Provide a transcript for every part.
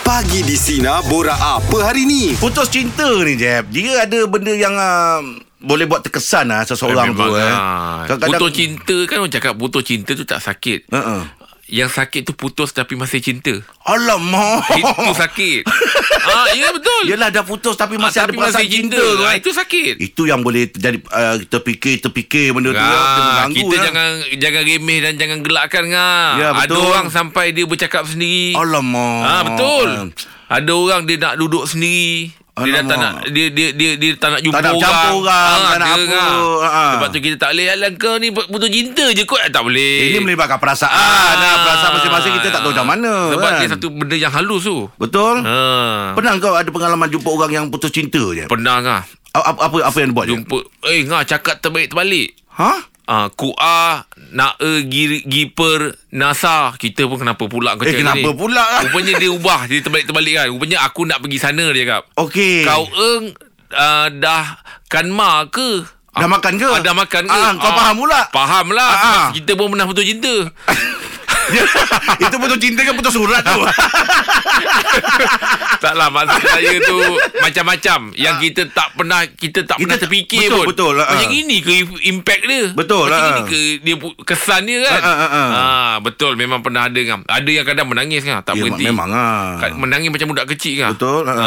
Pagi di Sina Bora apa hari ni? Putus cinta ni Jeb Dia ada benda yang uh, Boleh buat terkesan lah Seseorang Memang, tu eh. ah. Putus cinta kan orang cakap putus cinta tu tak sakit. Uh-uh. Yang sakit tu putus tapi masih cinta. Alamak Itu sakit. ah, ya betul. Yelah dah putus Tapi Ah, masih ada tapi perasaan masih cinta tu Ah, kan Itu sakit. Itu yang boleh jadi uh, Terfikir-terfikir benda tu eh. Dia Ah, mengganggu kita kan. jangan jangan remeh dan jangan gelakkan ngah. Ya, Ada betul. orang sampai dia bercakap sendiri. Alamak Ah betul. Ada orang dia nak duduk sendiri. Dia dah tak Alamak. nak dia dia dia, dia tak nak jumpa Tak nak orang. campur orang, tak nak dia apa. kan. Ah. Sebab tu kita tak boleh alam kau ni putus cinta je kot. Ah, Tak boleh. Eh, Ini melibatkan perasaan ah, Perasaan masing-masing kita tak tahu macam mana Sebab kan. dia satu benda yang halus tu. Betul Ha. Pernah kau ada pengalaman Jumpa orang yang putus cinta je Pernah ngah apa, apa, apa yang dia buat Jum- jumpa eh ngah cakap terbaik terbalik. Ha? Ah, kuah, nae, gir, giper, nasa. Kita pun kenapa pula kau Eh cakap kenapa ni? pula Rupanya dia ubah Dia terbalik-terbalik kan Rupanya aku nak pergi sana Dia cakap Okey Kau eng uh, Dah Kanma ke Dah makan ke? Ah, dah makan ke? Ah, kau faham pula? Faham lah Ah, sebab ah. Kita pun pernah putus cinta Itu putus cinta ke putus surat tu? Tak lah maksud saya tu Macam-macam Yang kita tak pernah Kita tak Ah. Kita pernah tak- terfikir betul, pun betul lah, Macam ah. ini ke impact dia Betul Macam lah, ini ah. ke dia, pu- Kesan dia kan Ah, ah, ah, ah. Ah, Betul memang pernah ada kan Ada yang kadang menangis kan Tak Ya, berhenti Kan. memang ah. Kad- Menangis macam budak kecil kan Betul. Ha.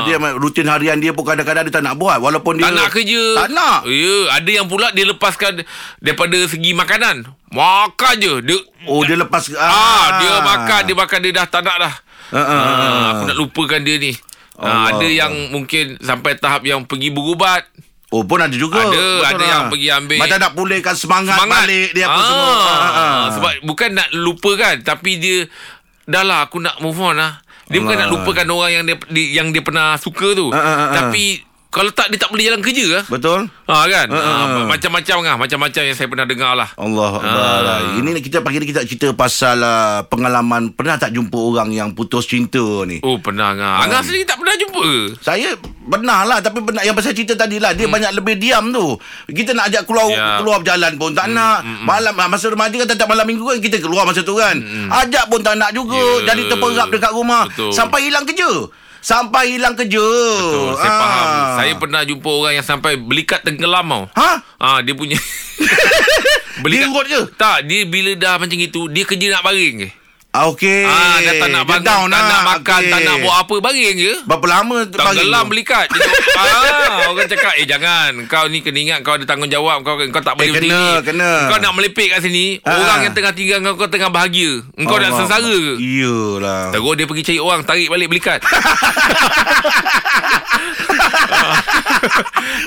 Ada yang rutin harian dia pun kadang-kadang dia tak nak buat walaupun dia Tak nak kerja Tak nak. Ya yeah, Ada yang pula dia lepaskan Daripada segi makanan Makan je Dia Oh dia lepas ah, Dia makan Dia makan dia dah tak nak dah Ah, ah, Ah, ah. Aku nak lupakan dia ni Allah. Ah, ada yang mungkin sampai tahap yang pergi berubat Oh pun ada juga. ah. Ada, ada yang pergi ambil. Macam nak pulihkan semangat, Semangat balik dia apa semua. Ah, ah. Sebab bukan nak lupakan Tapi dia Dah lah aku nak move on lah Dia bukan nak Allah. lupakan orang yang dia, dia- yang dia pernah suka tu Ah, ah, ah, ah. Tapi Kalau tak dia tak boleh jalan kerja lah betul. Ha kan? Ha, ha, ha. Ha, macam-macam lah. Macam-macam yang saya pernah dengar lah. Allah Akbar. Ah. Ini ni kita pagi ni kita cerita pasal ah, pengalaman pernah tak jumpa orang yang putus cinta ni. Oh pernah Ah. ngah. Angah sendiri tak pernah jumpa ke? Saya pernah lah Tapi pernah Yang pasal cerita tadi lah Dia hmm. banyak lebih diam tu Kita nak ajak keluar Ya. Keluar berjalan pun tak hmm. nak Malam Masa remaja kan Tak malam minggu kan Kita keluar masa tu kan hmm. Ajak pun tak nak juga Ya. Jadi terperap dekat rumah Betul. Sampai hilang kerja Sampai hilang kerja Ah. Oh, saya faham. Saya pernah jumpa orang yang sampai belikat tenggelam tau. Ha? Ha, dia punya... Dia urut je? Tak, dia bila dah macam itu, dia kerja nak baring je. Ah, Okey Ah, dah tak nak Dia bangun, tak lah. nak makan, tak Okey. nak buat apa, baring je. Berapa lama pagi Tenggelam tu? belikat. Dia tengok, ah, orang cakap, eh jangan. Kau ni kena ingat kau ada tanggungjawab. Kau kau tak boleh Eh, kena, berdiri. kena. Kau nak melepek kat sini. Ah. Orang yang tengah tinggal kau, kau tengah bahagia. Engkau nak Allah. sengsara ke? Iyalah Terus dia pergi cari orang Tarik balik belikat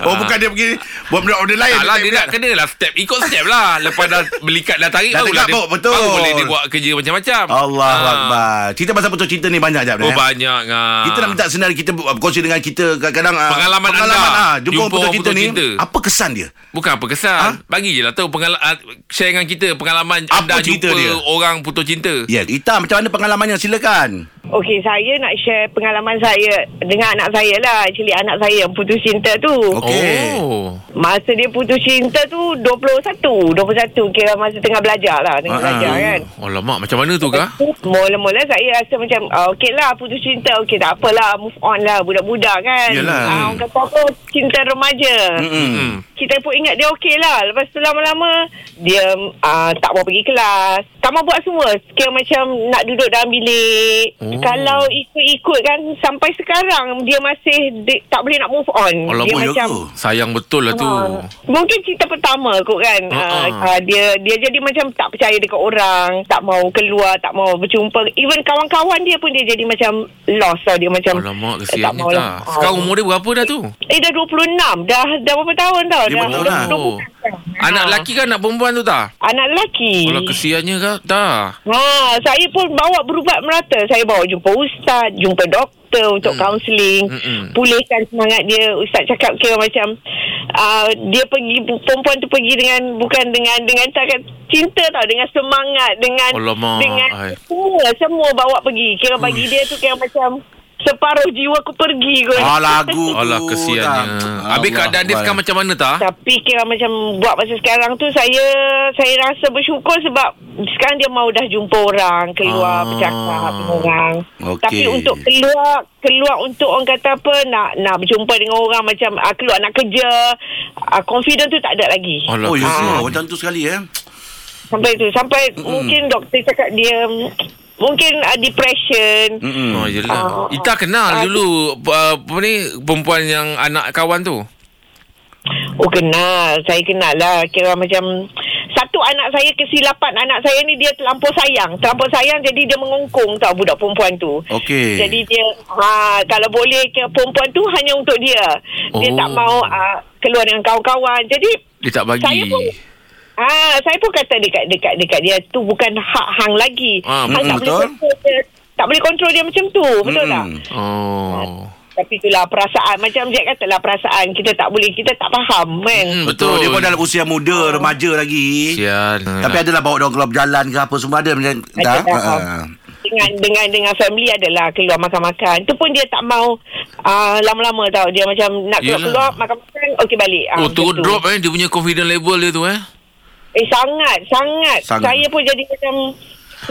Oh bukan dia pergi Buat benda order lain Tak lah tak dia nak kena lah Step ikut step lah Lepas dah belikat dah tarik Dah barulah tegak, Bok, betul. Baru boleh dia buat kerja macam-macam Allah Ah. Akbar Cerita pasal putus cinta ni banyak jap Oh banyak ah. Kita nak minta senar kita berkongsi dengan kita kadang-kadang ah, Pengalaman anda. ah, jumpa, Jumpa orang putus orang cinta putus ni cinta. apa kesan dia? Bukan apa kesan Ha? Bagi je lah tahu pengal- ah, Share dengan kita Pengalaman Apa anda cerita jumpa dia? Orang putus cinta Ya, Ita macam mana pengalamannya silakan. Okey, saya nak share pengalaman saya dengan anak saya lah. Actually, anak saya yang putus cinta tu. Okey. Oh Masa dia putus cinta tu 21. 21 kira masa tengah belajar lah. Tengah Ah, belajar kan. Alamak macam mana tu kah Mula-mula saya rasa macam ah, Okey lah putus cinta Okey tak apalah Move on lah Budak-budak kan Yelah. ah, Orang kata apa Cinta remaja Mm-mm. Hmm. Kita pun ingat dia okey lah Lepas tu lama-lama Dia ah, tak mau pergi kelas Tak mau buat semua Kira macam Nak duduk dalam bilik Oh. oh. Kalau ikut-ikut kan Sampai sekarang Dia masih di, Tak boleh nak move on Oh, Dia Alamak, ya macam ke? Sayang betul lah tu Ah, mungkin cerita pertama kot kan Ah, uh, ah. uh, dia dia jadi macam tak percaya dekat orang tak mau keluar tak mau berjumpa even kawan-kawan dia pun dia jadi macam lost tau dia macam Alamak eh, kesiannya maulah. tak Sekarang umur dia berapa dah tu eh dah 26 dah dah berapa tahun tau Dia dah, berapa dah tahun? Oh. 20 tahun. Anak Ah. lelaki kan anak perempuan tu tak anak lelaki Kalau kesiannya kah tak Ha, saya pun bawa berubat merata. Saya bawa jumpa ustaz, jumpa doktor untuk Hmm. kaunseling, Mm-mm. pulihkan semangat dia. Ustaz cakap kira macam uh, dia pergi perempuan tu pergi dengan bukan dengan dengan takat cinta tau, dengan semangat, dengan Alamak, dengan ai. semua semua bawa pergi. Kira bagi dia tu kira macam Separuh jiwa aku pergi kot Ah lagu tu Alah kesiannya. dah. Habis keadaan Allahuakbar. dia sekarang macam mana tak? Tapi kira macam buat masa sekarang tu saya saya rasa bersyukur sebab sekarang dia mau dah jumpa orang, keluar Ah. ah. bercakap dengan orang. Okey. Tapi untuk keluar keluar untuk orang kata apa nak nak berjumpa dengan orang macam ah, keluar nak kerja, ah, confident tu tak ada lagi. Ah, Alah Oh ya kesian. ke? Macam tu sekali eh Sampai tu sampai mm. mungkin doktor cakap dia mungkin ah, depression. Mm. Mm-mm. Oh Ah. yelah Ita kenal Ah. dulu uh, Apa ni Perempuan yang Anak kawan tu Oh kenal Saya kenal lah Kira macam Satu anak saya Kesilapan anak saya ni Dia terlampau sayang Terlampau sayang Jadi dia mengongkong tau Budak perempuan tu Okey. Jadi dia ha, Kalau boleh kira Perempuan tu hanya untuk dia Dia Oh. tak mau ha, Keluar dengan kawan-kawan Jadi Dia tak bagi Saya pun Ah, saya pun kata dekat dekat dekat dia tu bukan hak hang lagi. Ah, hang tak mm, boleh betul. Hmm. kontrol dia. Tak boleh kontrol dia macam tu, betul Mm-mm. tak? Oh Eh. Tapi itulah perasaan macam Jack katalah perasaan kita tak boleh kita tak faham kan. Mm, Betul Dia pun dalam usia Oh. muda Remaja lagi Sian Tapi adalah bawa dia orang keluar berjalan ke apa semua ada macam Ada, dah. Ha, Ah, dah. um, dengan dengan dengan family adalah keluar makan-makan. Itu pun dia tak mau uh, lama-lama tau. Dia macam nak Yelah. keluar-keluar makan-makan okey balik. Ah, Oh macam turun tu. drop eh Dia punya confident level dia tu eh Eh sangat, sangat Sangat. sangat. Saya pun jadi macam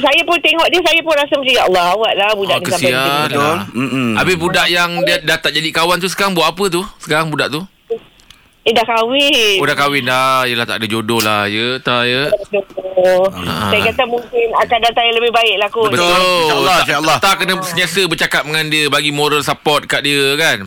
saya pun tengok dia saya pun rasa macam ya Allah awak lah budak Oh ni sampai macam kesian ni. Betul. lah. Mm-mm. Habis budak yang dia Dah tak jadi kawan tu Sekarang buat apa tu Sekarang budak tu Eh dah kahwin. Oh dah kahwin dah Yelah tak ada jodoh lah Ya tak ya Betul. Saya kata mungkin akan datang yang lebih baik lah kot. InsyaAllah, Tak- insyaAllah. Tak kena sentiasa bercakap dengan dia Bagi moral support kat dia kan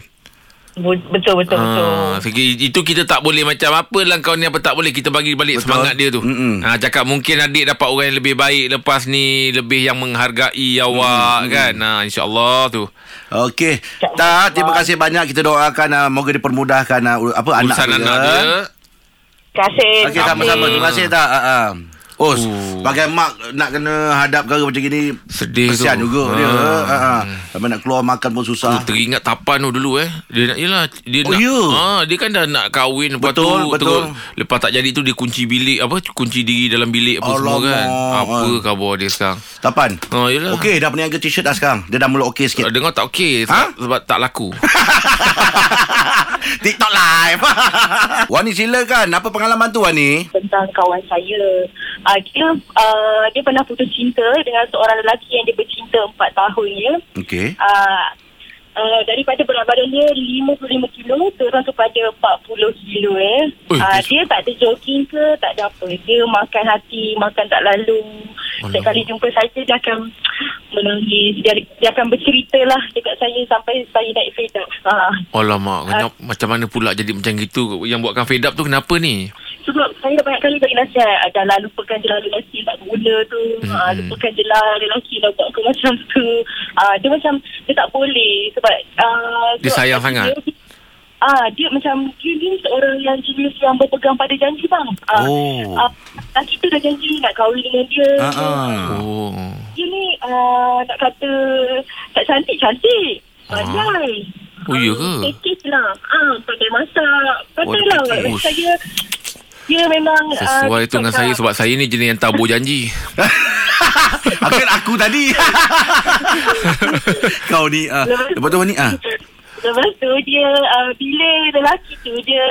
Bu- Betul betul betul. Ah, segi- itu kita tak boleh macam apalah kau ni apa tak boleh kita bagi balik Betul. Betul. semangat dia tu. Mm-mm. Ha cakap mungkin adik dapat orang yang lebih baik lepas ni lebih yang menghargai awak kan. Ha insyaallah tu. Okey. Tak, terima kasih banyak. Kita doakan uh, moga dipermudahkan uh, ur- apa anak Urusan dia. anak dia. Terima kasih. Okey, sama-sama. Terima kasih tak. Uh, uh. Oh, bagai mak nak kena hadap perkara macam gini. Sedih Kesian tu. juga dia. Ah. Ha. Sampai nak keluar makan pun susah. Tu teringat tapan tu dulu eh. Dia nak yalah dia Oh, nak ya. ah dia kan dah nak kahwin lepas Betul, tu betul. lepas tak jadi tu dia kunci bilik apa kunci diri dalam bilik apa semua kan. Alamak. Apa khabar dia sekarang? Tapan. Oh yalah. Okey, dah peniaga t-shirt dah sekarang. Dia dah mula okey sikit. Dengar tak okey Ha? sebab, sebab tak laku. TikTok live. Wani silakan. Apa pengalaman tu Wani? tentang kawan saya. Uh, dia uh, dia pernah putus cinta dengan seorang lelaki yang dia bercinta 4 tahun ya. Okey. Uh, uh, daripada berat badan dia 55 kilo turun kepada 40 kilo eh. Ui, Uh, besar. dia tak ada jogging ke, tak ada apa. Dia makan hati, makan tak lalu. Setiap kali jumpa saya dia akan menangis. Dia, dia akan bercerita lah dekat saya sampai saya naik fed up. Uh. Alamak, kenapa, macam mana pula jadi macam gitu? Yang buatkan fed up tu kenapa ni? Sebab saya dah banyak kali bagi nasihat ah, Jangan lupakan je lah lelaki tak guna tu hmm. ha, Lupakan je lah lelaki lah buat kau macam tu ha, Dia macam Dia tak boleh Sebab uh, Dia sayang sangat? Ah, dia macam dia ni seorang yang jenis yang berpegang pada janji bang. Ah, Oh. ah, ah, kita dah janji nak kahwin dengan dia. Ha ah. Oh. Dia ni ah, nak kata tak cantik cantik. Pandai. Ah. Oh, ya ke? Package lah. Ah, pandai masak. Pandai Oh, lah. dia package. Saya dia memang ah, Sesuai tu dengan cakap- saya sebab saya ni jenis yang tabur janji. Akan ah. aku tadi. Kau ni. ah. Lepas tu Wani. ah. Lepas tu dia uh, bila lelaki tu dia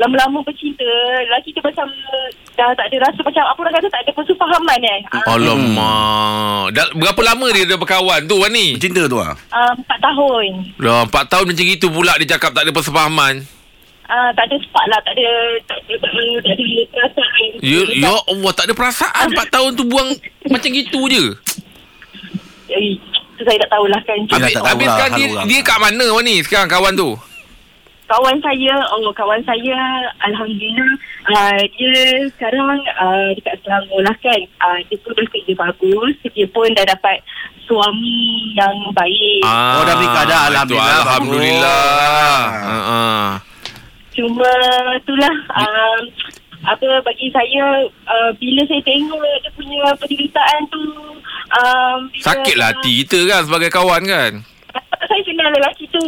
lama-lama bercinta, lelaki tu macam uh, dah tak ada rasa macam apa orang kata tak ada persefahaman eh. Ah, Alamak. Dah, berapa lama dia dah berkawan tu Wani? Cinta tu ah. ah, Empat tahun. Dah 4 tahun macam gitu pula dia cakap tak ada persefahaman. Ah, tak ada spark lah, tak ada tak ada, tak ada, tak ada perasaan. Ya, ya Allah tak ada perasaan 4 tahun tu buang macam gitu je. Eh, tu saya tak tahulah kan. Yelah, Habis, tak tahu habis lah sekarang hal dia, orang. dia kat mana Wani sekarang kawan tu? Kawan saya, oh kawan saya Alhamdulillah uh, Dia sekarang uh, dekat Selangor lah kan uh, Dia pun dah kerja bagus Dia pun dah dapat suami yang baik uh. Ah, Oh, dah nikah dah. itu, Alhamdulillah, Oh. bagus. Alhamdulillah. Ha ah. Cuma itulah um, apa bagi saya uh, bila saya tengok dia punya penderitaan tu um, bila- Sakitlah hati kita kan sebagai kawan kan. Saya kenal lelaki tu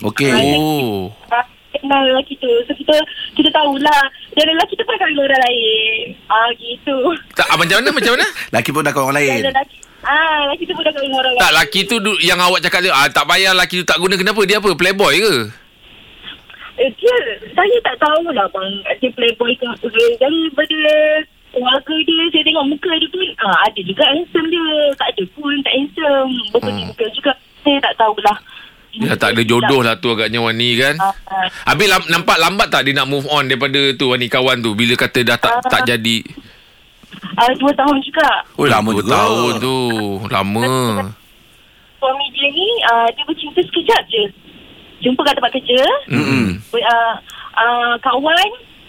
Okey. Oh. Ah, kenal lelaki tu so kita kita tahulah dan lelaki tu pun kahwin dengan orang lain ah gitu Tak ah, macam mana macam mana? Laki pun dah kawan orang lain. Dan lelaki Ah, lelaki tu budak dengan orang Tak laki tu du- yang awak cakap tu ah, Tak payah laki tu tak guna Kenapa dia apa Playboy ke Eh, dia, saya tak tahulah bang. Dia playboy ke apa. ke. Daripada keluarga dia, saya tengok muka dia pun ah, ada juga handsome dia. Tak ada pun, tak handsome. Berbeda muka juga. Saya tak tahulah. Hmm. Ya tak ada jodoh lah tu agaknya Wani kan Ah, ah. Habis lam- nampak lambat tak dia nak move on Daripada tu Wani kawan tu Bila kata dah tak tak jadi Ah, dua tahun juga. Oh, lama Dua juga. tahun tu Lama Suami dia ni, ah, dia bercinta sekejap je. Jumpa kat tempat kerja. Hmm. Mm-mm. ber- uh, uh, kawan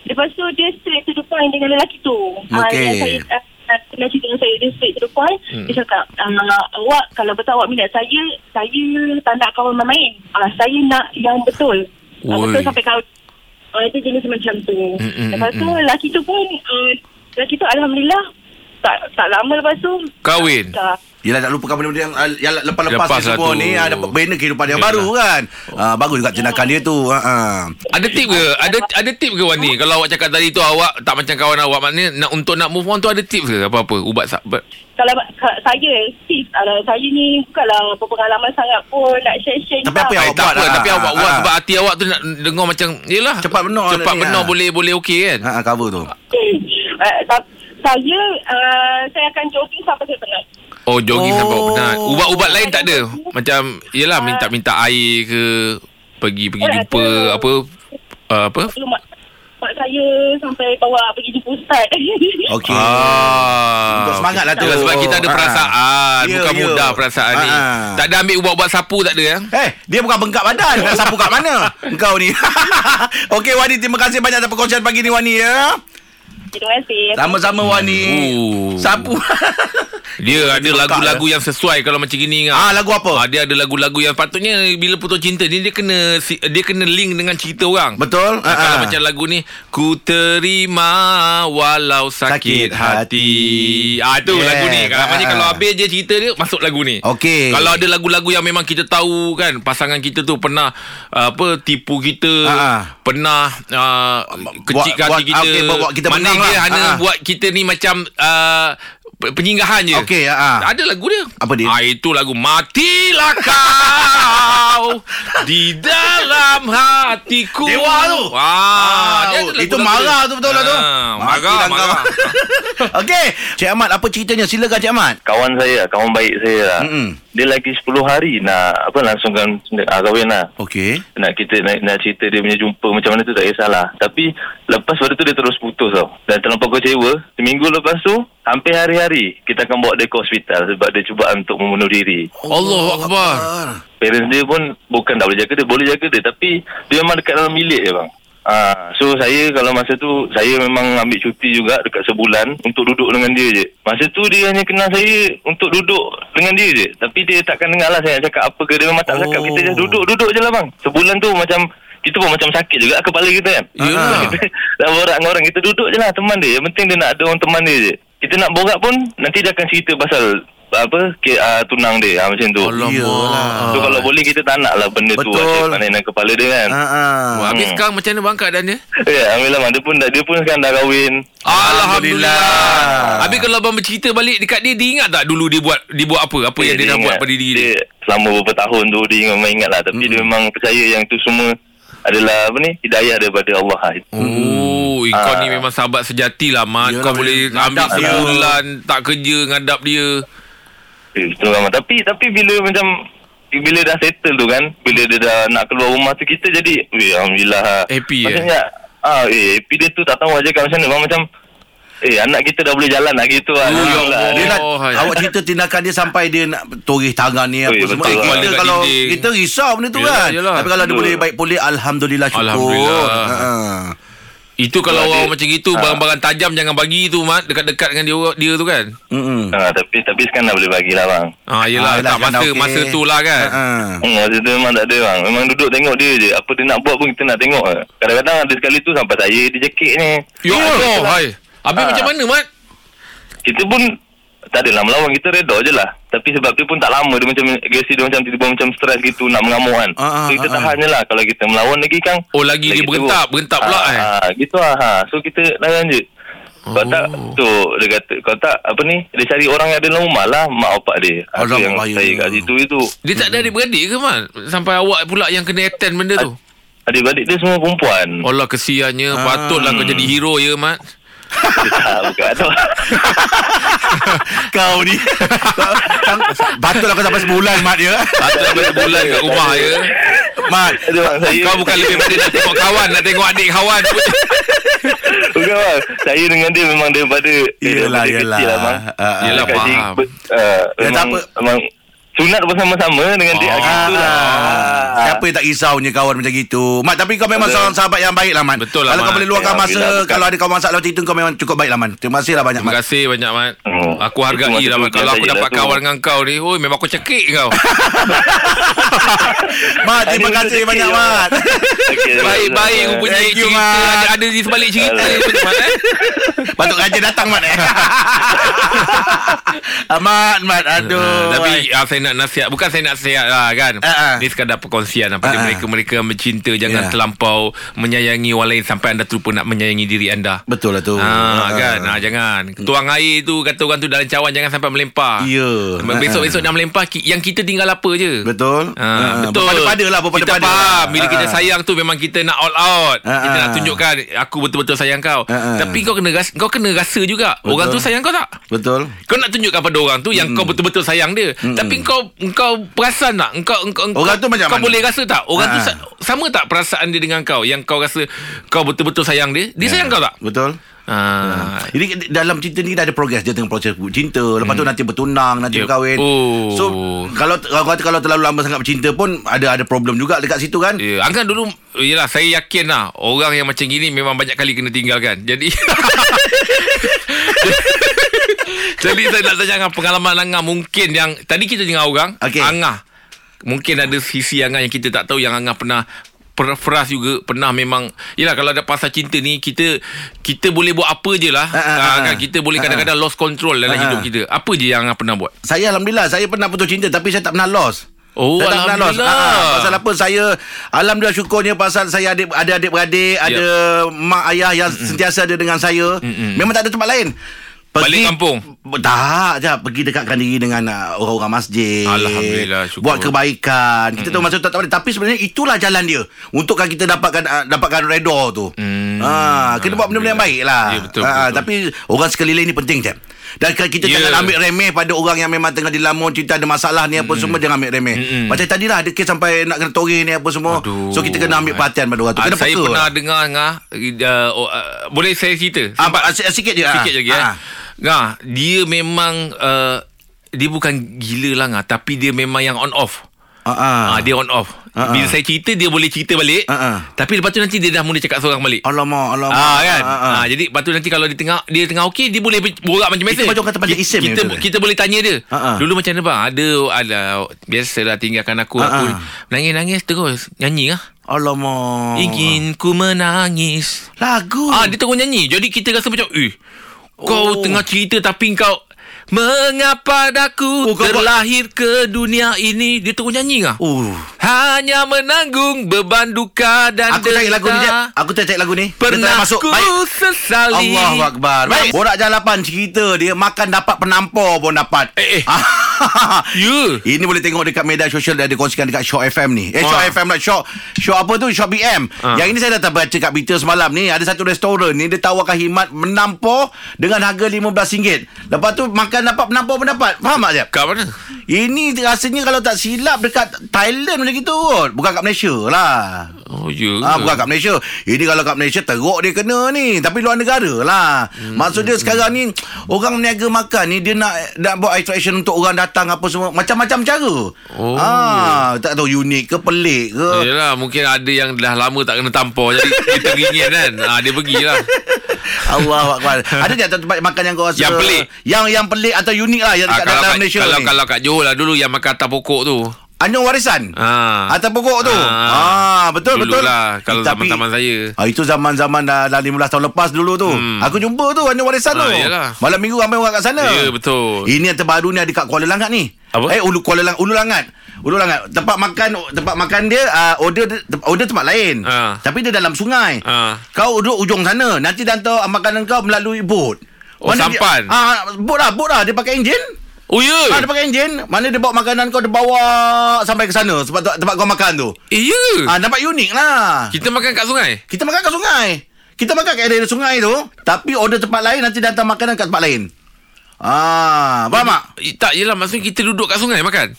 lepas tu dia straight to the point dengan lelaki tu Ah, Okey. yang saya uh, pernah cerita dengan saya dia straight to the point Hmm. hmm. dia cakap uh, awak kalau betul awak minat saya saya tak nak kawan main-main uh, saya nak yang betul uh, Oi. betul sampai kahwin uh, itu jenis macam tu Hmm, hmm, lepas tu hmm, hmm. lelaki tu pun uh, lelaki tu Alhamdulillah tak tak lama lepas tu Kahwin? tak, Yelah tak lupakan benda-benda yang, ah, yang lepas-lepas Lepas ni semua lah tu. Oh. ni ah, ada bina kehidupan yang Yelah. baru kan. Ah, bagus juga tindakan dia tu. Ha ah. Ada tip ke? Ada ada tip ke Wani? Kalau awak cakap tadi tu awak tak macam kawan awak maknanya nak untuk nak move on tu ada tips ke apa-apa? Ubat sahabat. kalau ka- saya tips uh, saya ni bukanlah berpengalaman sangat pun nak share-share Tapi juga. apa yang Eh, awak tak buat apa, lah. tapi Ah, awak buat ah. sebab hati awak tu nak dengar macam yelah. Cepat benar Cepat dia ni, benar ah. boleh boleh okey kan? Ha ah, cover tu. uh, sa- saya uh, saya akan jogging sampai saya penat. Oh jogging Oh. Ah. sampai awak penat. Ubat-ubat lain tak ada. Macam yelah minta-minta air ke pergi pergi Eh, jumpa ada. apa uh, apa? Dulu mak, mak saya sampai bawa pergi jumpa ustaz. Okey. Ah, Untuk semangat lah tu. Yelah, Sebab kita ada Ah. perasaan Ya, Bukan ya. mudah perasaan ni Ah. Tak ada ambil ubat-ubat sapu tak ada ya? Eh, dia bukan bengkak badan. Nak sapu kat mana? Engkau ni. Okey, Wani. Terima kasih banyak atas perkongsian pagi ni, Wani, ya. Terima kasih. Sama-sama, Wani. Oh. Sapu. Dia ada Dia letak lagu-lagu yang sesuai kalau macam gini kan. ah, lagu apa? Ah, dia ada lagu-lagu yang patutnya bila putus cinta ni dia kena si- dia kena link dengan cerita orang. Betul? Ah, kalau Ah, ah. macam lagu ni Ku terima walau sakit, Sakit hati. hati. Ah tu Yes. lagu ni. Kalau Ah, macam ah. kalau habis je cerita dia masuk lagu ni. Okey. Kalau ada lagu-lagu yang memang kita tahu kan pasangan kita tu pernah ah, apa tipu kita, Ah, ah. pernah uh, Buat- kecil hati buat- kita. okey, buat- buat kita Mana menang dia lah. hanya Ah, ah. buat kita ni macam uh, penyinggahan je. Okey, ah, ah. Ada lagu dia. Apa dia? Ah, itu lagu Matilah Kau di dalam hatiku. Dewa tu. Ah, dia ada lagu- itu lagu marah dia. tu betul lah tu. Ah, Mati marah, dah kau. marah. Okey, Cik Ahmad apa ceritanya? Silakan Cik Ahmad. kawan saya kawan baik saya lah Mm-mm. dia lagi 10 hari nak apa langsungkan ah, kahwin lah Okey. nak kita nak, nak cerita dia punya jumpa macam mana tu tak kisahlah tapi lepas pada tu dia terus putus tau dan terlampau kecewa seminggu lepas tu hampir hari-hari kita akan bawa dia ke hospital sebab dia cubaan untuk membunuh diri Allah Akbar. parents dia pun bukan tak boleh jaga dia boleh jaga dia tapi dia memang dekat dalam bilik je bang Ah, so saya kalau masa tu saya memang ambil cuti juga dekat sebulan untuk duduk dengan dia je. Masa tu dia hanya kenal saya untuk duduk dengan dia je. Tapi dia takkan dengar lah saya nak cakap apa ke dia memang tak cakap. Oh. Kita just duduk-duduk je lah bang. Sebulan tu macam kita pun macam sakit juga kepala kita kan. Yalah. Dah borak dengan orang Kita duduk je lah teman dia Yang penting dia nak ada orang teman dia je Kita nak borak pun Nanti dia akan cerita pasal Apa ke, uh, Tunang dia ha, Macam tu Alamak. Iyalah. So kalau Ah. boleh kita tak nak lah Benda tu Betul. Asyik pandai dengan kepala dia kan Ha ah. Wah, Habis Hmm. sekarang macam mana bang keadaan dia? Ya Alhamdulillah bang. Dia pun, dah, dia pun sekarang dah kahwin Alhamdulillah. Alhamdulillah. Habis kalau abang bercerita balik dekat dia, dia ingat tak dulu dia buat dia buat apa? Apa yang dia, dah buat ingat- pada diri dia? dia Selama beberapa tahun tu Dia memang ingat lah Tapi dia memang percaya Yang tu semua adalah apa ni hidayah daripada Allah lah. Oh, eh, kau Ah. ni memang sahabat sejati lah, Mat. Yalah, Kau boleh ambil ngadap lah. dia. sebulan, tak kerja, ngadap dia. Eh, betul ramai. Tapi tapi bila macam bila dah settle tu kan, bila dia dah nak keluar rumah tu kita jadi, weh alhamdulillah. Happy, eh? Maksudnya, ah eh happy dia tu tak tahu aja kat macam mana. Bang, macam eh anak kita dah boleh jalan lah gitu Oh, ya lah. Alhamdulillah. Allah. Dia nak, Oh, hai. awak cerita tindakan dia sampai dia nak torih tangan ni apa Eh, semua. betul Eh, lah. kita Dekat kalau dinding. kita risau benda tu Yelah, kan. yelah. Tapi kalau dia Betul. boleh baik pulih alhamdulillah syukur. Alhamdulillah. Ha. Itu kalau Sebab orang dia- macam itu Ah. barang-barang tajam jangan bagi tu mat dekat-dekat dengan dia dia tu kan. Mm-mm. Ah, tapi tapi sekarang dah boleh bagi lah bang. Ah Ah, yelah, yelah, tak kan masa dah okey. masa tu lah kan. Ha. Hmm, masa tu memang tak ada bang. Memang duduk tengok dia je. Apa dia nak buat pun kita nak tengok. lah. Kadang-kadang ada sekali tu sampai saya dia cekik ni. Ya Allah, hai. Habis Ah. macam mana mat? Kita pun tak adalah melawan kita reda je lah tapi sebab dia pun tak lama dia macam agresi dia macam tiba-tiba macam stres gitu nak mengamuk kan Ah, ah, so kita ah, tahan je lah kalau kita melawan lagi kan Oh, lagi dia berentak, teruk. berentak pula, Ah, eh? ah, gitu lah ha. so kita lawan je Kalau tak tu dia kata kalau tak apa ni dia cari orang yang ada normal lah mak opak dia. Aku Alamak, yang bahaya. saya kat situ itu Dia tak ada adik-beradik ke Mat? Sampai awak pula yang kena attend benda tu adik-adik dia semua perempuan. Allah kesiannya Ah. Patutlah kau jadi hero ya Mat tak bukan tu. Kau ni Patutlah kau sampai sebulan Mat ya Patut sampai sebulan kat rumah ya Mat Aduh, bang, saya, Kau bukan lebih pada nak tengok kawan Nak tengok adik kawan Bukan bang Saya dengan dia memang daripada dia Yelah daripada yelah kecil lah bang Ah, ah. Yelah, Dekat sini, faham. ber- ah, Ya, tak apa. Memang Memang Sunat bersama-sama dengan Ah. dia gitu lah. Ah, Siapa yang tak risaunya kawan macam gitu Mat tapi kau memang Betul. seorang sahabat yang baik lah Mat Betul lah, Kalau kau Mat. boleh luangkan masa Alhamdulillah, betul. Kalau ada kau masalah waktu itu Kau memang cukup baik lah Mat Terima kasih lah banyak Terima Mat kasih banyak Mat Hmm. Aku hargai Itu lah Mat maksud Kalau aku saya lah dapat tu. kawan dengan kau ni Oi memang aku cekik kau Mat terima Ini kasih rezeki, banyak bang. Mat Okey, Baik-baik bang. mempunyai Thank you, cerita Mat. ada, ada di sebalik cerita Alah. macam mana eh? Patut raja datang Mat eh Ah, Mat Mat aduh Ah, tapi ah, saya nak nasihat Bukan saya nak nasihat lah kan Ah, ah. Ni sekadar perkongsian Pada Ah, Ya. ah. mereka-mereka yang bercinta Jangan Yeah. terlampau Menyayangi orang lain Sampai anda terlupa nak menyayangi diri anda Betul lah tu Ah, kan ah, Jangan Tuang air tu Kata orang tu dalam cawan Jangan sampai melempar Ya. Besok-besok dah melempar ki- Yang kita tinggal apa je Betul Ah, betul Berpada-pada lah Kita berpada-pada faham Bila Ah, kita ah. sayang tu Memang kita nak all out Ah, Kita ah. nak tunjukkan Aku betul-betul sayang kau Ah, ah. Tapi kau kena ras- kau kena rasa juga Orang tu Betul. sayang kau tak? Betul Kau nak tunjukkan pada orang tu Hmm. yang kau betul-betul sayang dia. Tapi kau kau perasan tak? Engkau engkau engkau- Orang tu macam kau mana? boleh rasa tak? Orang tu Ha. sa- sama tak perasaan dia dengan kau yang kau rasa kau betul-betul sayang dia? Ya. Dia sayang kau tak? Betul Ha. Ini dalam cinta ni dah ada progres dia tengah proses cinta. Lepas tu nanti bertunang, nanti Hmm. Ya. berkahwin. Oh. So kalau kalau kata kalau terlalu lama sangat bercinta pun ada ada problem juga dekat situ kan. Ya, Angkat dulu Yelah saya yakin lah Orang yang macam gini Memang banyak kali kena tinggalkan Jadi Jadi saya nak tanya Angah Pengalaman Angah Mungkin yang Tadi kita dengar orang Okey. Angah Mungkin ada sisi Angah Yang kita tak tahu Yang Angah pernah per- Peras juga Pernah memang Yelah kalau ada pasal cinta ni Kita Kita boleh buat apa je lah ah, Ah, ah. kan? Kita boleh Ah, kadang-kadang Lost control dalam Ah, hidup ah. kita Apa je yang Angah pernah buat Saya alhamdulillah saya pernah putus cinta tapi saya tak pernah lost. Oh, saya tak pernah lost. Alhamdulillah. Ah, pasal apa saya alhamdulillah syukurnya pasal saya adik ada adik beradik, Ya. ada mak ayah yang sentiasa ada dengan saya. Mm-mm. Memang tak ada tempat lain. Balik kampung? Tak je Pergi dekatkan diri dengan uh, orang-orang masjid Alhamdulillah, syukur. Buat kebaikan Kita tahu masa tu tak, tak boleh Tapi sebenarnya itulah jalan dia Untukkan kita dapatkan uh, dapatkan redha tu mm. ha, Kena buat benda-benda yang baik lah Ya, betul, Ah, betul. Tapi orang sekeliling ni penting Jeb Dan kalau kita Ya. yeah. jangan ambil remeh pada orang yang memang tengah dilamun Cerita ada masalah ni apa Hmm. semua Jangan ambil remeh Mm-mm. Macam tadi lah ada kes sampai nak kena toreh ni apa semua Hmm. Aduh. So kita kena ambil perhatian pada orang tu Ah, Kena Saya peka pernah dengar Angah uh, oh, uh, Boleh saya cerita? Ah, ba- sikit- sikit je ah. Sikit lagi eh. Ah. Ngah, dia memang uh, dia bukan gila lah Ngah, tapi dia memang yang on off. Ah, ah. Ah, dia on off. Ah, ah. Bila saya cerita dia boleh cerita balik. Ah, ah. Tapi lepas tu nanti dia dah mula cakap seorang balik. Alamak, alamak. Ah kan. Ah, ah. jadi lepas tu nanti kalau dia tengah dia tengah okey dia boleh ber- borak macam biasa. macam orang kata panjat Ki- isim ni, Kita betul kita, tak? boleh tanya dia. Ah, ah. Dulu macam mana bang? Ada ada biasalah tinggalkan aku Ah, aku ah. nangis-nangis terus nyanyi lah. Alamak. Ingin ah. ku menangis. Lagu. Ah dia tengok nyanyi. Jadi kita rasa macam eh kau Oh. tengah cerita tapi kau mengapa aku Oh, kau buat- terlahir ke dunia ini dia tengok nyanyi ah. Oh. Hanya menanggung beban duka dan Aku cari lagu ni, Jeb. Aku cari lagu ni. Dia tak Pernah masuk. ku Baik. sesali Allahu Akbar. Baik. Borak Jalapan cerita dia makan dapat penampor pun dapat. Eh, eh. Ya. Ya. Ini boleh tengok dekat media sosial dah ada kongsikan dekat Show FM ni. Eh, Show Ah. FM lah. Show, show apa tu? Show BM. Ah. Yang ini saya dah baca kat berita semalam ni. Ada satu restoran ni. Dia tawarkan khidmat menampor dengan harga RM15. Lepas tu makan dapat penampor pun dapat. Faham tak, Jeb? Kat mana? Ini rasanya kalau tak silap dekat Thailand macam gitu kot. Bukan kat Malaysia lah. Oh ya Ah, bukan kat Malaysia. Ini kalau kat Malaysia teruk dia kena ni. Tapi luar negara lah. Hmm. Maksud dia sekarang ni orang meniaga makan ni dia nak nak buat attraction untuk orang datang apa semua macam-macam cara. Oh. Ah, tak tahu unik ke pelik ke. Yelah mungkin ada yang dah lama tak kena tampar Jadi dia teringin kan ah, Dia pergilah Allah Akbar. Ada tak tempat makan yang kau rasa Yang pelik? Yang yang pelik atau unik lah yang ah, dekat Kalau, dalam kat, Malaysia kalau, ni. kalau kat Johor lah dulu Yang makan atas pokok tu Anjung warisan. ah. Atas pokok tu. Ah, Ah. betul Dulu betul. lah, Eh, kalau tapi- zaman-zaman saya. Ah itu zaman-zaman dah, dah 15 tahun lepas dulu tu. Hmm. Aku jumpa tu hanya warisan Ah, tu. yelah. Malam minggu ramai orang kat sana. Ya, betul. Ini yang terbaru ni ada kat Kuala Langat ni. Apa? Eh Ulu Kuala Langat, Ulu Langat. Ulu Langat. Tempat makan tempat makan dia uh, order order tempat lain. Ah. Tapi dia dalam sungai. Ah. Kau duduk ujung sana. Nanti dia hantar makanan kau melalui bot. Oh, sampan. Dia, ah, bot lah, bot lah. Dia pakai enjin. Oh ya Ah, dia pakai enjin. Mana dia bawa makanan kau, dia bawa sampai ke sana. Sebab tu- tempat kau makan tu. Eh ya Ah, dapat unik lah. Kita makan kat sungai Kita makan kat sungai. Kita makan kat area sungai tu. Tapi order tempat lain, nanti dia hantar makanan kat tempat lain. Ah, faham tak? Eh, Tak yelah Maksudnya kita duduk kat sungai makan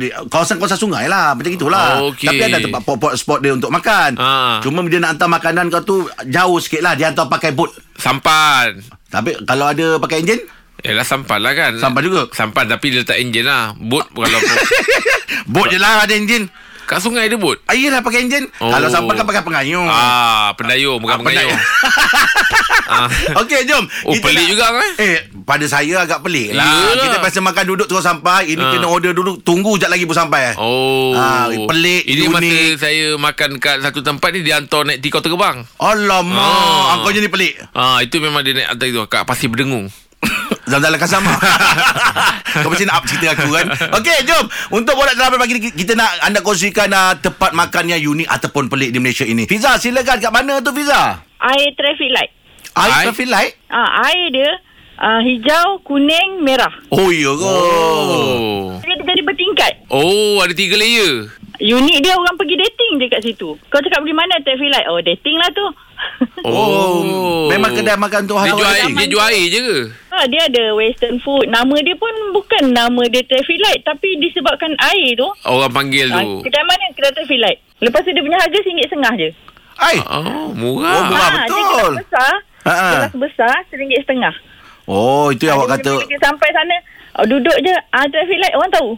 di- kawasan-kawasan sungai lah macam itulah Oh, okey. tapi ada tempat pot-pot spot dia untuk makan Ah. cuma dia nak hantar makanan kau tu jauh sikit lah dia hantar pakai bot Sampan tapi kalau ada pakai enjin Yelah sampan lah kan Sampan juga? Ah. Sampan tapi dia letak enjin lah Bot kalau bot je lah ada enjin Kat sungai ada bot ah, yelah pakai enjin Oh. kalau sampan kan pakai pengayung Ah Pendayung Ah, Bukan pengayung ah. Okey jom Oh, pelik juga, kan? Eh pada saya agak pelik lah Yelah. Kita biasa makan duduk terus sampai Ini Ah. kena order dulu Tunggu jap lagi pun sampai Oh Ah, pelik, Ini unik. masa saya makan kat satu tempat ni Dia hantar naik tikau terbang Alamak Ah. Angkau jadi pelik Ah Itu memang dia naik atas itu Kat pasir berdengung Zam-zam lekas sama Kau mesti nak up cerita aku kan Okey jom Untuk borak terapi pagi ni Kita nak anda kongsikan uh, Tempat makan yang unik Ataupun pelik di Malaysia ini Fiza silakan Kat mana tu Fiza? Air traffic light. Air Air? traffic light? Ah, air dia ah, hijau, kuning, merah. Oh ya ke? Oh Dia jadi bertingkat. Oh ada tiga layer Unik dia orang pergi dating je kat situ. Kau cakap pergi mana traffic light? Oh, dating lah tu. Oh. Memang kedai makan tu Dia halal jual air, dating. dia jual air je ke? ha, dia ada western food. Nama dia pun bukan nama dia traffic light. Tapi disebabkan air tu. Orang panggil Ah, tu kedai mana kedai traffic light? Lepas tu dia punya harga RM1.5 je. Air? Oh Oh, murah murah. Ah, Dia betul. kelas besar. Ha, ha. Kelas besar RM1.5. Oh itu yang Dia awak punya kata bila kita sampai sana oh, Duduk je ah, Traffic light orang tahu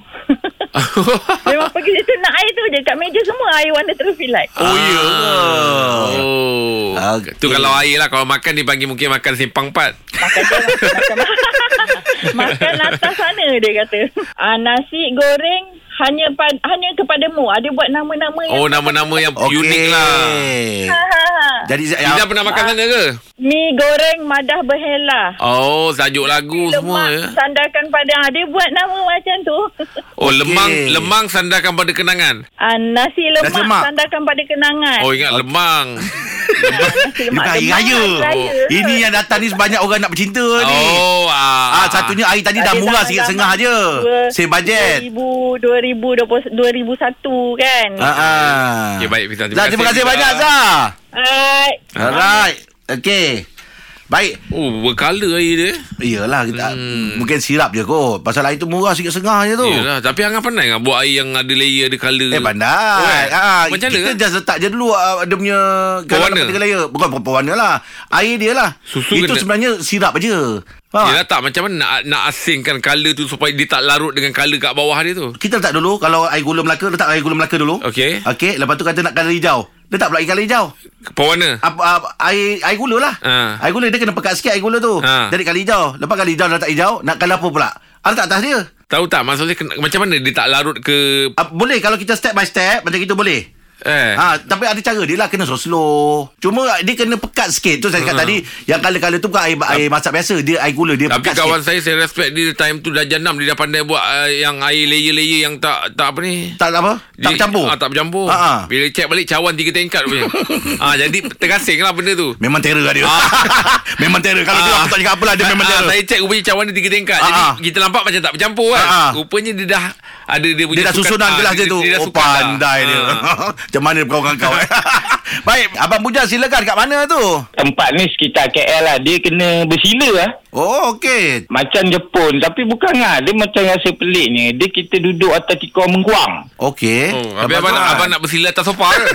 Memang pergi situ Nak air tu je Kat meja semua Air warna traffic light Oh ya ke? Oh. Okey. Tu kalau air lah Kalau makan dia panggil mungkin makan simpang pat Makan je lah Makan, makan atas sana Dia kata ah, Nasi goreng Hanya pad, hanya kepadamu Ada buat nama-nama yang- Oh nama-nama yang Okey. Ya. unik lah Ha, ha, ha. Jadi ah, Kita yang, pernah makan sana ke? Mi goreng madah berhela Oh tajuk lagu semua ya. Lemak sandarkan pada Ah, Dia buat nama macam tu Oh Okey. lemang Lemang sandarkan pada kenangan ah, Nasi lemak, lemak. Sandarkan pada Eh. kenangan Oh ingat lemang Nasi Bukan lemak hari lemak, raya raya. Ini yang datang ni Sebanyak orang nak bercinta ni Oh ah. Ah, satunya air tadi dah Ada murah zaman-zaman sikit sengah je. dua- Save budget. 2000 2020 2001 kan. Ha ah. Okey, baik, Fizan. Terima Zah, terima kasih, kasih Fizan. banyak Zah. Alright. Alright. Okey. Baik. Oh berkala air dia Iyalah kita Hmm. mungkin sirap je kot. Pasal air tu murah sikit sengah je tu. Yelah Tapi Angah pandai kan Buat air yang ada layer Ada colour Oh. Eh pandai. Oh, kan? Ah, Macam mana kita kan? just letak je dulu ah, dia punya Pewarna? dalam tiga layer. Bukan pewarna lah. Air dia lah. Susu Itu kena- sebenarnya sirap je. Faham? Yelah tak macam mana nak, nak asingkan colour tu Supaya dia tak larut dengan colour kat bawah dia tu Kita letak dulu Kalau air gula Melaka Letak air gula Melaka dulu Okey. Okey Lepas tu kata nak kala hijau Letak pula ikan hijau Pewarna apa, apa, air air gula lah. Ha. Air gula dia kena pekat sikit air gula tu. Ha. Jadi kali hijau. Lepas kali hijau dah letak hijau, nak kala apa pula? Ah letak atas dia. Tahu tak maksudnya kena, Macam mana dia tak larut ke Ah, boleh kalau kita step by step macam itu boleh. Eh Ha, tapi ada cara dia lah kena slow slow. Cuma dia kena pekat sikit. Tu saya cakap Ha. tadi yang kala-kala tu bukan air air masak biasa, dia air gula dia Tapi pekat kawan sikit. saya Saya respect dia Time tu dah jenam Dia dah pandai buat uh, Yang air layer-layer Yang tak tak apa ni Tak apa? Tak Dia- campur. ah, Tak bercampur Ha, ha. Bila check balik Cawan tiga tingkat punya ah, Jadi tergasing lah benda tu Memang terror lah dia. Ah. memang terror. Kalau dia Ah. aku tak cakap apalah dia memang Ah, terror. Saya check rupanya cawan dia tiga tingkat Ah, Jadi ah. kita nampak macam tak bercampur kan Ah, ah. Rupanya dia dah Ada dia punya Dia dah sukan- susunan ah, gelas dia tu Dia dah Oh sukan dah. pandai dia Ah. Macam mana kau kau eh? Baik Abang Puja silakan Kat mana tu tempat ni sekitar KL lah. Dia kena bersila lah. Oh okey Macam Jepun. Tapi bukan lah. Dia macam rasa peliknya. Dia kita duduk atas tikar mengguang. Okey Oh, habis abang nak, abang nak bersila atas sofa ke?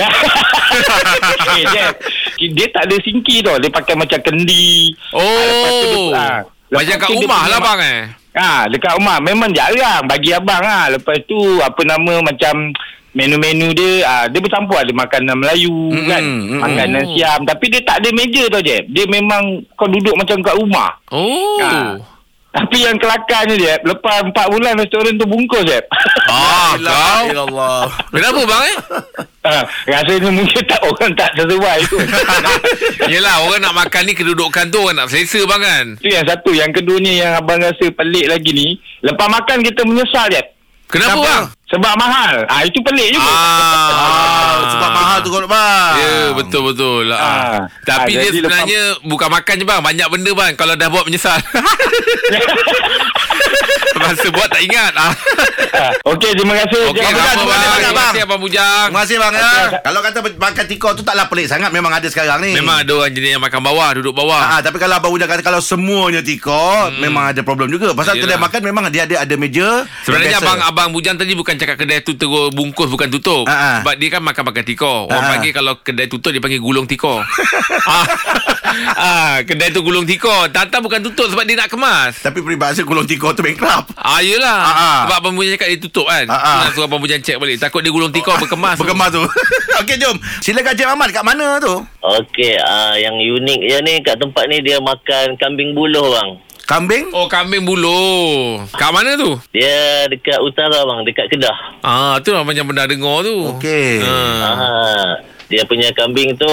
eh, dia, dia tak ada sinki tau. Dia pakai macam kendi. Ah, lepas tu Oh. dia- lah. ah, lepas Macam kat tu dia rumah punya lah ma- bang eh. Ah, dekat rumah memang jarang bagi abang ah. Lepas tu apa nama macam menu-menu dia ah, dia bercampur ada makanan Melayu Mm-mm, mm, kan, mm-mm. makanan Siam tapi dia tak ada meja tau je. Dia memang kau duduk macam kat rumah. Oh. Ah. Tapi yang kelakarnya je lepas 4 bulan restoran tu bungkus je. Ah, kau. Ya Allah Kenapa bang eh? ah, rasanya mungkin tak orang tak sesuai tu. Yelah orang nak makan ni kedudukan tu orang nak selesa bang kan. Itu yang satu Yang keduanya yang abang rasa pelik lagi ni Lepas makan kita menyesal je Kenapa, bang? Sebab mahal. Ah itu pelik juga. Ah, sebab mahal tu kot bang. Ya betul betul lah. Ah. Tapi Ah, dia jadi sebenarnya bukan makan je bang, banyak benda bang. Kalau dah buat menyesal. Masa buat tak ingat. Ah. Ah, Okey, terima kasih. Okey, Jangan- Abang Bujang, terima lama kasih banyak, bang. Terima bang. kasih abang bujang. Terima kasih bang. ya. Kalau kata makan tikar tu taklah pelik sangat memang ada sekarang ni. Memang ada orang jenis yang makan bawah, duduk bawah. Hmm. Ah, tapi kalau abang Ujang kata kalau semuanya tikar hmm. memang ada problem juga. Pasal kedai Yelah. makan memang dia ada ada meja. Sebenarnya yang biasa. abang abang Bujang tadi bukan cakap kedai tu terus bungkus bukan tutup. Ah, ah. Sebab dia kan makan pakai tikar. Orang Ah, ah. panggil kalau kedai tutup dia panggil gulung tikar. ah, ah, kedai tu gulung tikar. Tata bukan tutup sebab dia nak kemas. tapi peribahasa gulung tikar tu bankrupt. Ah yelah Ah, ah. Sebab Abang Bujang cakap dia tutup kan Ah, ah. Nak suruh Abang Bujang cek balik Takut dia gulung tikar berkemas Berkemas tu. Okey jom. Silakan Cik Ahmad kat mana tu? Okey, uh, yang unik je ni kat tempat ni dia makan kambing buluh bang. Kambing? Oh kambing buluh Kat mana tu? Dia dekat utara bang, dekat Kedah. Ah tu Abang Bujang pernah dengar tu Okey. ah. Ah, dia punya kambing tu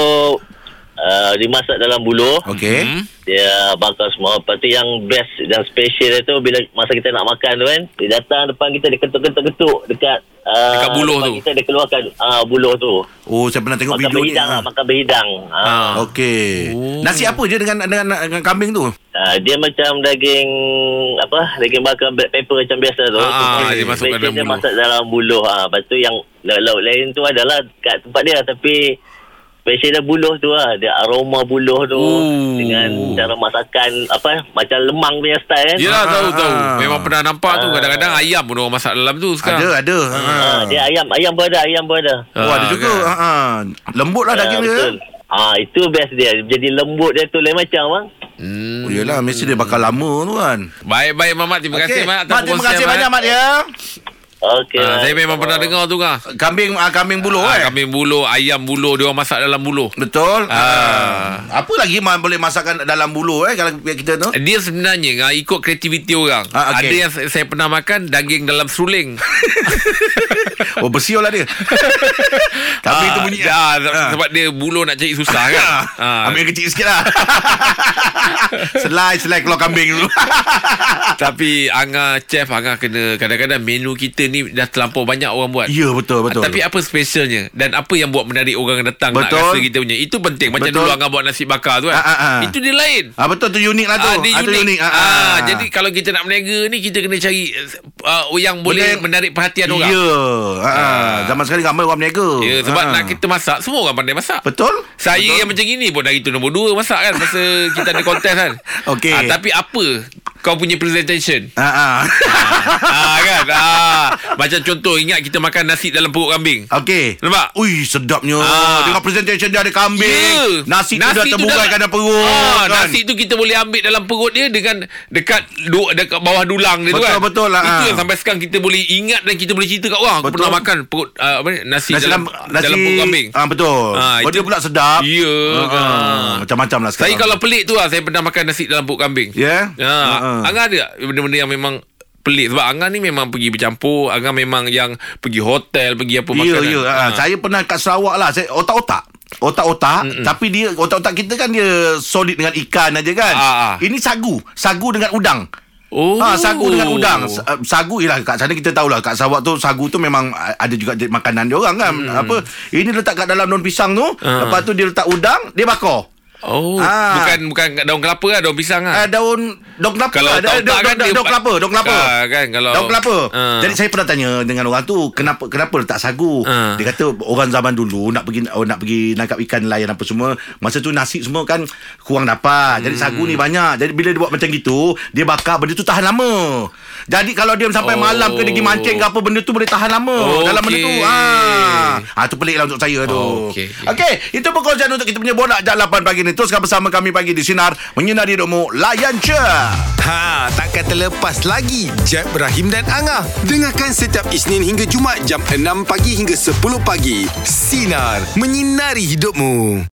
uh, dimasak dalam buluh. Okey. Hmm? Dia bakar semua. Lepas tu yang best dan special dia tu bila masa kita nak makan tu kan, dia datang depan kita dia ketuk-ketuk-ketuk dekat uh, Dekat buluh depan tu. Kita dia keluarkan uh, buluh tu. Oh, saya pernah tengok Makan video ni. berhidang lah, Ah. makan berhidang. Ah. Ah. Okey. Oh. Nasi apa je dengan dengan, dengan kambing tu? Ah, dia macam daging apa daging bakar black pepper macam biasa tu. Ah, ah, Tapi dia masukkan special dalam dia buluh. masak dalam buluh. Ah, lepas tu yang lauk-lauk lain tu adalah kat tempat dia tapi special dia buluh tu lah. Dia aroma buluh tu Ooh. dengan cara masakan apa macam lemang punya style kan. Yelah Ah, tahu ah, tahu ah. Memang pernah nampak tu Kadang-kadang ayam pun orang masak dalam tu Ada, sekarang ada. Ha. Ah, dia ayam ayam pun ada, ayam pun ada. Oh, ada Ah, juga. kan. Ya, Ha. Lembut lah daging Ah, dia. betul. Ah, itu best dia. Jadi lembut dia tu lain macam bang. Oh, yelah, mesti dia bakal lama tu kan. Baik-baik Hmm. Mamat Terima kasih Okey. Mamat atas Mat, terima perkongsian, kasih Mat. banyak, Mat, ya. Okey. Ah, Saya bang. memang pernah dengar tu kah Kambing ah, kambing buluh, eh. ah, Kambing buluh Ayam buluh Dia orang masak dalam buluh Betul. Ah. Ah. Apa lagi man boleh masakkan dalam bulu eh kalau kita tu? Dia sebenarnya ah, ikut kreativiti orang. Ah, okey. Ada yang saya- saya pernah makan daging dalam seruling. Oh bersiul lah dia. Kambing tu bunyi. dah, Ah. Sebab dia buluh nak cari susah kan. Ah, Ambil yang kecil sikit lah Selai Selai keluar kambing dulu tapi Anga chef Anga kena kadang-kadang menu kita ni dah terlampau banyak orang buat. Ah, Ya betul betul Tapi apa spesialnya Dan apa yang buat menarik orang datang Nak Betul. rasa kita punya Itu penting Macam Betul. dulu Angah buat nasi bakar tu kan Ah, ah, ah. Itu dia lain Ah betul tu unik lah tu. Ah, dia Ah, tu unik. unik. Ah, jadi kalau kita nak berniaga ni kita kena cari uh, yang boleh yang- menarik perhatian Kan orang. Ya. Ah, ah. zaman sekarang ramai orang berniaga. Ya sebab Ah. nak kita masak Semua orang pandai masak betul? Saya Betul. yang macam gini pun Hari tu nombor dua masak kan Masa kita ada kontes kan Okey. ah, Tapi apa Kau punya presentation Ah, ah. ah, kan ah, Macam contoh Ingat kita makan nasi dalam perut kambing Okey. Nampak? Ui, sedapnya. Ah. Dengan presentation dia ada kambing. Ya. Nasi, tu dah terburai kat dalam perut. ah, kan? Nasi tu kita boleh ambil dalam perut dia Dengan dekat du, dekat bawah dulang dia tu Betul, kan betul lah, Itu ah. yang sampai sekarang Kita boleh ingat Dan kita boleh cerita kat orang Aku Betul. pernah makan perut, ah, apa ni, nasi, Nasi dalam, nasi, dalam perut kambing Ah betul. Ah, Ah, itu- dia pula sedap. Ya, Ah, kan. ah. Macam-macam lah sekarang. Saya kalau pelik tu lah Saya pernah makan nasi dalam perut kambing Ya? Ha, Ah, ah. Angah ada tak benda-benda yang memang pelik sebab Angah ni memang pergi bercampur, Angah memang yang pergi hotel, pergi apa Ya, makanan. ya. Ha. Ah. Saya pernah kat Sarawak lah. Saya otak-otak. Otak-otak Mm-mm. Tapi dia Otak-otak kita kan Dia solid dengan ikan aja kan Ah, ah. Ini sagu Sagu dengan udang Oh. Ha, sagu dengan udang Sa- uh, Sagu ialah Kat sana kita tahulah Kat Sarawak tu Sagu tu memang uh, Ada juga di- makanan dia orang kan hmm. Apa Ini letak kat dalam daun pisang tu Ah. Lepas tu dia letak udang Dia bakar Oh, Ah. bukan bukan daun kelapa lah, daun pisang uh, lah. daun daun kelapa Kalau lah. daun, tak otak daun, kan dia- daun kelapa daun kelapa Ah, kan, kalau- daun kelapa Ah. jadi saya pernah tanya dengan orang tu kenapa kenapa letak sagu Ah. dia kata orang zaman dulu nak pergi oh, nak pergi nangkap ikan nelayan apa semua masa tu nasi semua kan kurang dapat jadi sagu Hmm. ni banyak jadi bila dia buat macam gitu dia bakar benda tu tahan lama jadi kalau dia sampai Oh. malam ke dia pergi mancing ke apa benda tu boleh tahan lama dalam benda tu Okey. ah Ah tu pelik lah untuk saya tu. Oh, Okey. okey, Okay. itu perkongsian untuk kita punya bola jam 8 pagi ni. Teruskan bersama kami pagi di sinar menyinari hidupmu layan je. Ha, takkan terlepas lagi Jeb, Ibrahim dan Angah. Dengarkan setiap Isnin hingga Jumaat jam 6 pagi hingga 10 pagi. Sinar, menyinari hidupmu.